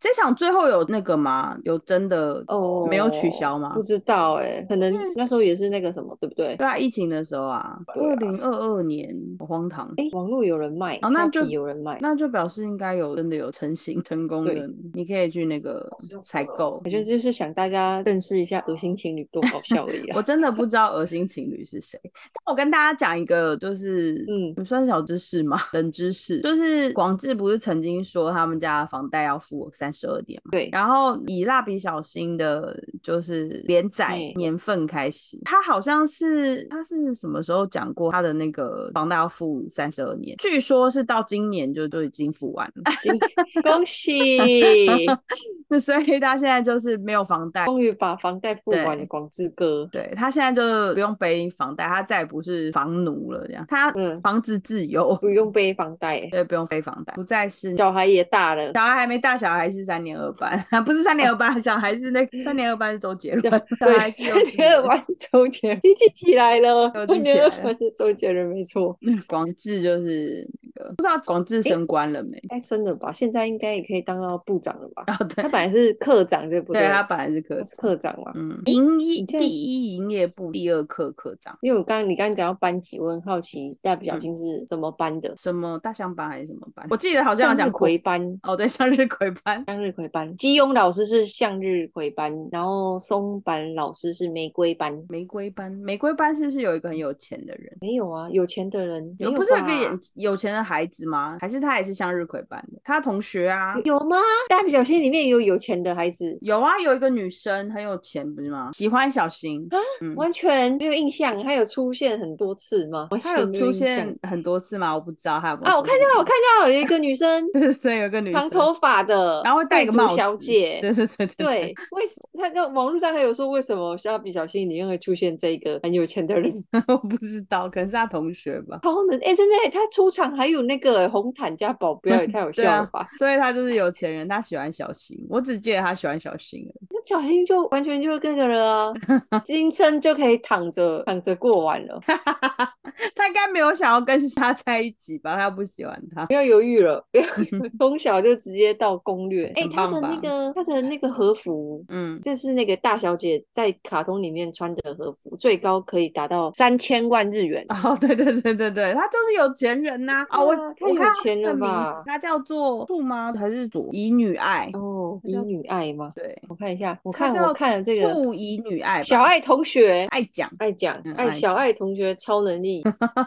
这场最后有那个吗？有真的
哦，
没有取消吗
不知道哎，可能
嗯
那时候也是那个什么，对不对？
对啊，疫情的时候啊，
对
二
啊
零二二年好荒唐，
哎，网络有人卖，
哦那
虾
就
皮有人卖，
那就表示应该有真的有成型 成功
对
的，你可以去那个采购
我。觉得就是想大家认识一下恶心情侣多搞笑而已
我
啊。
真的不知道恶心情侣是谁，但我跟大家讲一个，就是
嗯
嗯，算小知识吗？ 冷知识，就是广志不是曾经说他们家的房贷要付三十二点吗？
对，
然后以蜡笔小新的就是连载
嗯
年份开始，他好像是他是什么时候讲过他的那个房贷要付三十二年，据说是到今年就就已经付完
啊
了，
恭喜，
那所以他现在就是没有房贷。
终于把房贷付完的广志哥，
对他现在就是不用背房贷，他再也不是房奴了，这样他
嗯
房子自由，
不用背房贷，
对，不用背房贷，不再是
小孩也大了，
小孩还没大，小孩是三年二班， 不是三年二班，小孩是那个三年二班是周杰伦，小孩是 幼
对，
稚
第二
园
班周杰伦，你记起来了，
我记起
第二
来了 嗯
班是周杰伦，没错，
广志就是那个，不知道广志升官了没？
应该升了吧？现在应该也可以当到部长了吧？
然后对
他，本来是科长，对不
对他
他
本来是科
是
长，
科长嘛。
嗯，营
你
一
这
第
样
一营业部第二科科长，
因为我刚刚你刚刚讲到班级，我很好奇蜡笔小
嗯
新是怎么班的？
什么大象班还是什么班？我记得好像
向
有
日
讲过
葵，班，
哦，对，向日葵班，
向日葵班，基庸老师是向日葵班，然后松坂老师是玫瑰班。
玫瑰班，玫瑰班是不是有一个很有钱的人？
没有啊，有钱的人没
有不是有一个
吧
眼有钱的孩子吗？还是他也是向日葵班的？他同学啊
有，有吗？蜡笔小新里面有有钱的孩子，
有啊，有一个女生很有钱，不是吗？喜欢小新，
啊
嗯
完全没有印象，他有出现很多次吗？完
她
全
有
没
出
印象
现很多次吗？我不知道她有没有
啊！我
出
看
现
到了，我看到了，有一个女生
对 对对，有 个女
长
生，
头发的，
然后会戴一
贵
个
族
帽子，
小
对
姐。
对对对
对，为什他那网络上还有说为什么蜡笔小新里面会出现这个很有钱的人？
对 我不知道，可能是她同学吧。
超能哎、真的欸、他出场还有那个欸红毯加保镖， 也太有
对
笑了
啊
吧！，
所以她就是有钱人，她喜欢小新。我只记得她喜欢小新而已，
那小新就完全就是这个了 啊，今生就可以躺着躺着过完了，
她应该没有想要跟 他在一起吧？她不喜欢他
不。要犹豫了，不要犹豫从小就直接到攻略。哎、
很
他的
棒
那
吧
个他的那个和服
嗯，
就是那个大小姐在卡通里面穿的和服，最高可以达到三千万日元。
哦，对对对对对，他就是有钱人呐、啊！
对
我
啊太
我
有
看到
钱了
她的名字
吧，
她叫做兔吗？还是左乙女爱？
哦，
她
以
叫
女爱吗？
对，
我看一下，我
她
看
叫
我看了这个
兔乙女爱吧，
小爱同学，
爱讲
爱讲
嗯
爱
爱
小
讲
爱同学超能 力，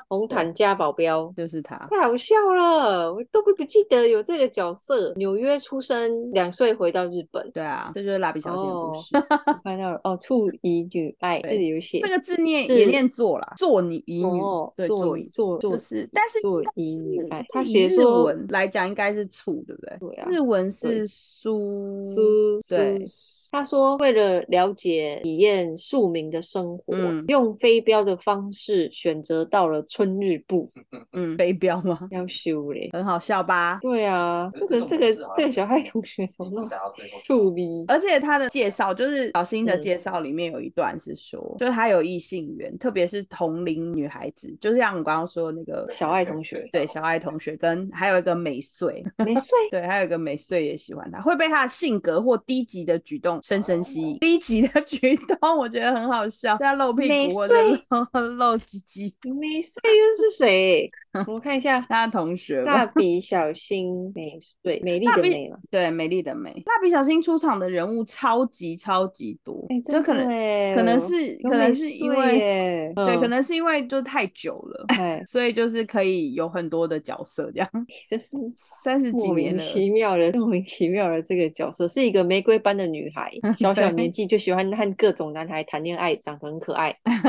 红毯加保镖。
就是他。
太好笑了，我都不不记得有这个角色。纽约出生，两岁回到日 本。
对啊，这就是蜡笔小新的故
哦
事。，
我看到了哦，处乙女爱这
对
里有写
这个字念
是
也念作啦，作女乙女，
哦，
对，
做
作
女
乙，
做做
就是，但是
做
应该
乙女
是
爱
但
他
是以
写
日
说
文来讲应该是醋，对不对？
对啊
日文
对
是苏
苏
对
苏，他说为了了解体验庶民的生活，
嗯
用飞镖的方式选择到了春日部，
嗯飞镖吗？
要修嘞。
很好笑吧？
嗯对啊，这
可
个这
是
个
这种事好
这
像
个小
是
孩同学怎么
已经
那
打到最后
么醋逼？
而且他的介绍就是小新的
嗯
介绍里面有一段是说，就是他有异性缘，特别是同龄女孩子，就是像我刚刚说那个
小爱同学
对小爱同学跟还有一个美穗，
没睡，
对，还有一个美穗也喜欢他，会被他的性格或低级的举动深深吸
哦
引。 低级的举动我觉得很好笑，在露屁
美
股或者
穗
露露鸡鸡，，
应美穗又是谁？ 我看一下
他的同学吧
蜡笔小新美穗，美丽
蜡
的
笔
美嘛。
对，美丽的美，蜡笔小新出场的人物超级超级多，
哎，
这可能
能
可能是可能是因为
为
对，可能是因为就太久了，
嗯哎，
所以就是可以有很多的角色这样。
真是
三十几
莫
年
名
了，
其妙的莫名其妙的这个角色，是一个玫瑰般的女 孩，小小年纪就喜欢和各种男孩谈恋爱，长得很可爱，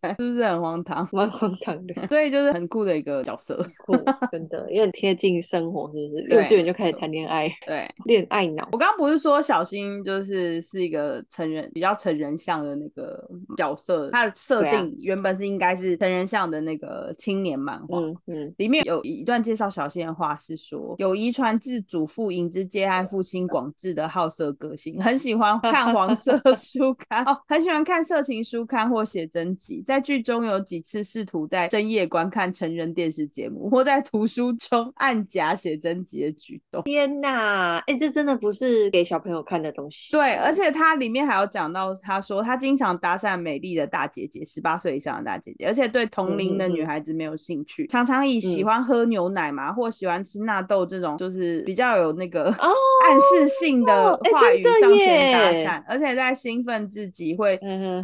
对，是不是很荒唐？
蛮荒唐的，
所以就是很酷的一个角色。
酷，真的也很贴近生活，是不是？
对
幼稚园就开始谈恋爱，
对
恋爱脑。
我刚刚不是说小新就是是一个成人比较成人向的那个角色，他的设
对啊
定原本是应该是成人向的那个青年漫画，
嗯嗯，
里面有一段介绍小新的话是说，有遗传自祖父银之介和父亲广志的好色个性，很喜欢看黄色书刊，哦，很喜欢看色情书刊或写真集。在剧中有几次试图在深夜观看成人电视节目，或在图书中按夹写真集的举动。
天哪，哎、这真的不是给小朋友看的东西。
对，而且他里面还有讲到，他说他经常搭讪美丽的大姐姐，十八岁以上的大姐姐，而且对同龄的
嗯嗯嗯
女孩子没有兴趣，常常以喜
嗯
欢喝牛奶嘛，或喜欢吃纳豆这种，就是比较有那个
哦，
暗示性的
哎
话
真
语
的
上前搭
耶
讪，而且在兴奋自己会。
嗯呃，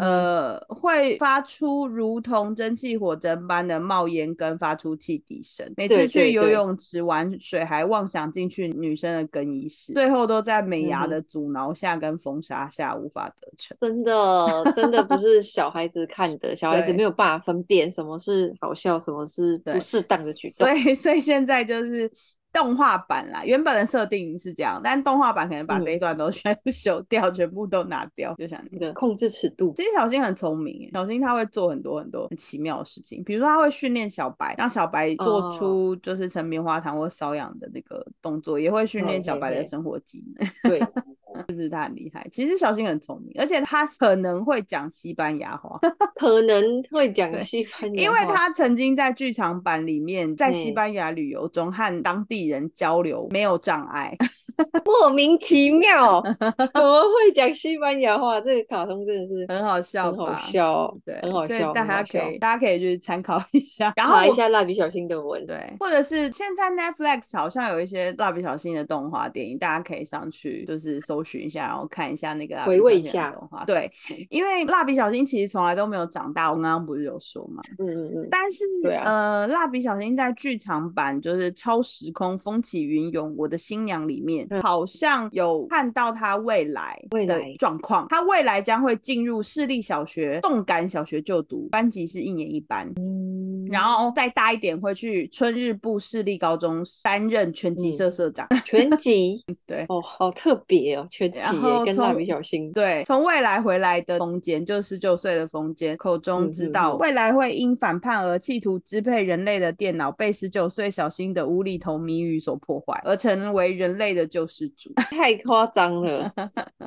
呃，会发出如同蒸汽火针般的冒烟，跟发出汽笛声。每次
对
去
对
游
对
泳池玩水，还妄想进去女生的更衣室，最后都在美牙
嗯哼
的阻挠下跟封杀下无法得逞。
真的哦真的不是小孩子看的，小孩子
对
没有办法分辨什么是好笑，什么是不
对
适当的举动
所。以，所以现在就是动画版啦，原本的设定是这样，但动画版可能把
嗯
这一段都 全部修掉，全部都拿掉，就像
那个控制尺度，
其实小新很聪明欸耶，小新他会做很多很多很奇妙的事情，比如说他会训练小白，让小白做
哦
出就是盛棉花糖或瘙痒的那个动作，也会训
嗯
练小
对
白的
对
生活技能，
对，
厉害。其实小新很聪明，而且他可能会讲西班牙话，
可能会
对
讲西班牙
因为
话
他曾经在剧场版里面在西
嗯
班牙旅游中和当地人交流没有障碍，
莫名其 妙，怎么会讲西班牙话？这个卡通真的是
很好笑
很
吧？
好笑哦，
对，
很好
所以
笑，
大
很
家
好
可
笑
以大家可以去参考一下，然后
打一
我
下蜡笔小新的文，
对，或者是现在 Netflix 好像有一些蜡笔小新的动画电影，大家可以上去就是搜寻一下，然后看一下那个蜡笔
回
小
味
新
一
的
下
动画。对，因为蜡笔小新其实从来都没有长大，我刚刚不是有说嘛。
嗯嗯嗯，
但是，
对啊
呃，蜡笔小新在剧场版就是《超时空风起云涌》《我的新娘》里面，好像有看到他未来
嗯未
的
来
状况。他未来将会进入市立小学、动感小学就读，班级是一年一班。
嗯
然后再大一点会去春日部市立高中担任拳
嗯
击社社长。
全集
对
哦，好特别哦，全集
然
耶，
后
跟蜡
从
笔小新，
对，从未来回来的风间，就十九岁的风间口中
嗯
知
嗯
道，
嗯
未来会因反叛而企图支配人类的电脑被十九岁小新的无厘头谜语所破坏，而成为人类的救世主。
太夸张了，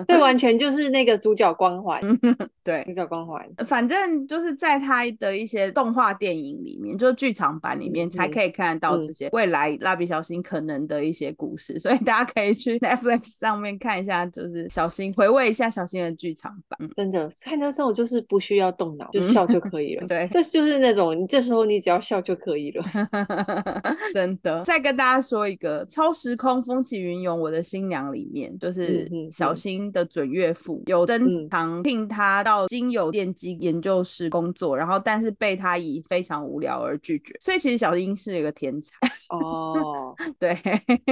这完全就是那个主角光环，
嗯对
主，角光环，
反正就是在他的一些动画电影里面，就是剧场版里面
嗯
才可以看得到这些未来蜡笔小新可能的一些故事，所以大家可以去 Netflix 上面看一下，就是小新回味一下小新的剧场版。嗯
真的看到这种就是不需要动脑，就
嗯。
笑就可以了
对，
这就是那种，你这时候你只要笑就可以了。
真的。再跟大家说一个《超时空风起云涌》，我的新娘里面就是
嗯嗯嗯
小新的准岳父有珍
嗯
藏聘他到精油电机研究室工作，然后但是被他以非常无聊而拒绝，所以其实小新是一个天才。
哦，
对，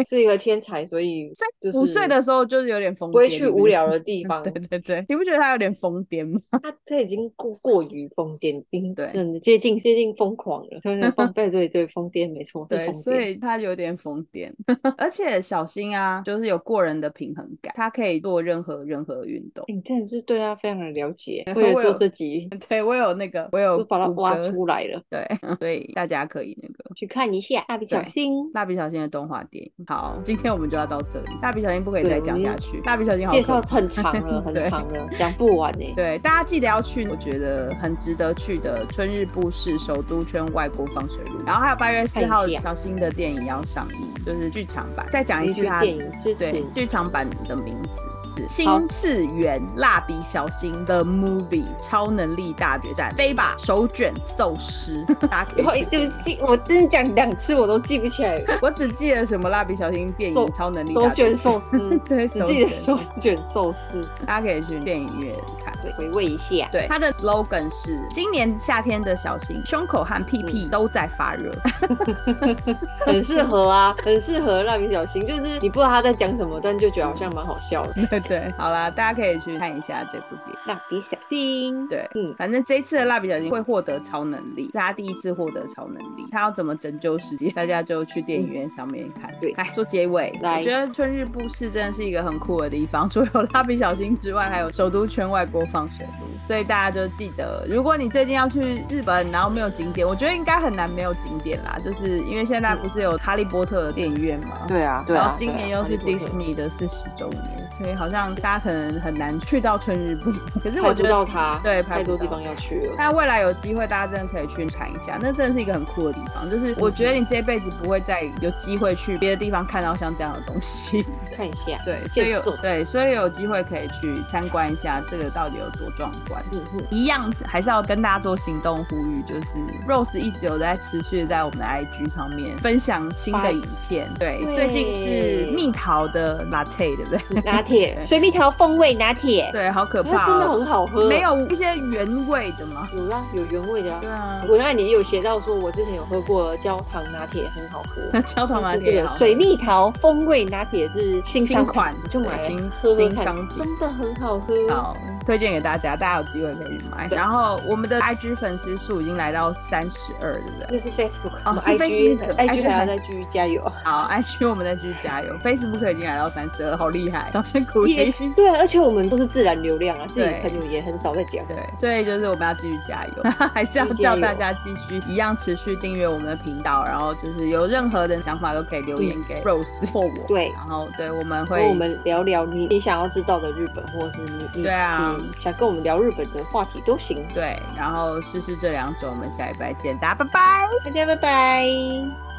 是一个天才，所以就是
五岁的时候就是有点疯癫，
不会去无聊的地
地
方
对。对对，你不觉得他有点疯癫吗？
他这已经过过于疯癫，已经
对
真的接近接近疯狂了。对对， 疯对对对，疯癫没错，是
对，
疯
所
癫。哎
以他有点疯癫， 而且小新啊，就是有过人的平衡感，他可以做任何任何运动。
你真的是对他非常的了解，
然后
为了
我有
做这集，
对我有那个，我有
就把他
谷
挖
歌
出来了，
对，所以大家可以那个
去看一下《蜡笔小
对
新》。
蜡笔小新的动画电影。好，今天我们就要到这里，蜡笔小新不可以
对
再
我
讲
们
下去，去。蜡笔小新好
介
可
绍
怕
很长了，很
对
长了，讲不完呢、
对，大家记得要去，我觉得很值得去的春日部市首都圈外国放水路，然后还有八月四号
看一下
小新的电影要上映，就是剧场版。再讲一
你
次
去
它
电影支
对
持，
剧场版的名字是《
好
新次元蜡笔小新的 Movie 超能力大决战》，飞吧手卷寿司，大家可
然后
以去
对不记，我真的讲两次我都记不起来。
我只记得什么蜡笔小新电
手
影超能力
手
大
卷
决战，
寿司
对
只记得
手
手卷寿司，
大家可以去电影院看。
对，回味一下。
对，它的 slogan 是“今年夏天的小新，胸口和屁屁都在发热
很适合啊，很适合蜡笔小新，就是你不知道他在讲什么，但就觉得好像蛮好笑的。”。
对对，好啦，大家可以去看一下这部电影。
蜡笔小新，
对，
嗯，
反正这一次的蜡笔小新会获得超能力，是他第一次获得超能力，他要怎么拯救世界，大家就去电影院上面看。
嗯对
来做结尾，
来
我觉得春日部市真的是一个很酷的地方， 除了有蜡笔小新之外，还有首都圈外播放水路，所以大家就记得，如果你最近要去日本，然后没有景点，我觉得应该很难没有景点啦，就是因为现在不是有哈利波特的电影院吗？
对啊，对
然
啊
后，今年
对啊
又是
哈利波特
Disney 的四十周年，所以好像大家可能很难去到春日 部。可是我
排
觉
不
得
到它，
对排
太
不
多
到
地方要去了。
但未来有机会，大家真的可以去看一下，那真的是一个很酷的地方。
嗯
就是我觉得你这辈子不会再有机会去别的地方看到像这样的东西。
看一下，
对，所以有
见色
对，所以有机会可以去参观一下这个到底有多壮观。
嗯嗯，
一样还是要跟大家做行动呼吁，就是 Rose 一直有在持续在我们的 IG 上面分享新的影片。对，
对
最近是蜜桃的 Latte，对不 对？
拿铁，水蜜桃风味拿铁，
对，好可
它
怕、
哎真的
哦，
很好喝。
没有一些原味的吗？
有啦，有原味的啊
对。啊，
我那里也有写到说，我之前有喝过焦糖拿铁，很好喝。
焦糖拿
但是
铁
这个
也好喝
水蜜桃风味拿铁是新商
新款
我就买
对新
来喝喝
新
看
商，品
真的很好喝。
好，推荐给大家，大家有机会可以去买。然后我们的 IG 粉丝数已经来到三十二，对不对？
那是 Facebook，
哦
我们
是
IG
Facebook，
IG
IG
还要再继续加油。啊
好，IG 我们再继续加油。Facebook 已经来到三十二，好厉害，掌声鼓
也
励。
对啊，而且我们都是自然流量啊，自己
对
朋友也很少在讲。
对，所以就是我们要继续加油， 还是要叫大家继续一样持续订阅我们的频道，然后就是有任何的想法都可以留言给 Rose 或我。
对
然后对我们
跟
会
我们聊聊你你想要知道的日本，或者是你你
对啊
你想跟我们聊日本的话题都行。
对，然后试试这两种，我们下一拜见，大家拜拜。
大家拜拜。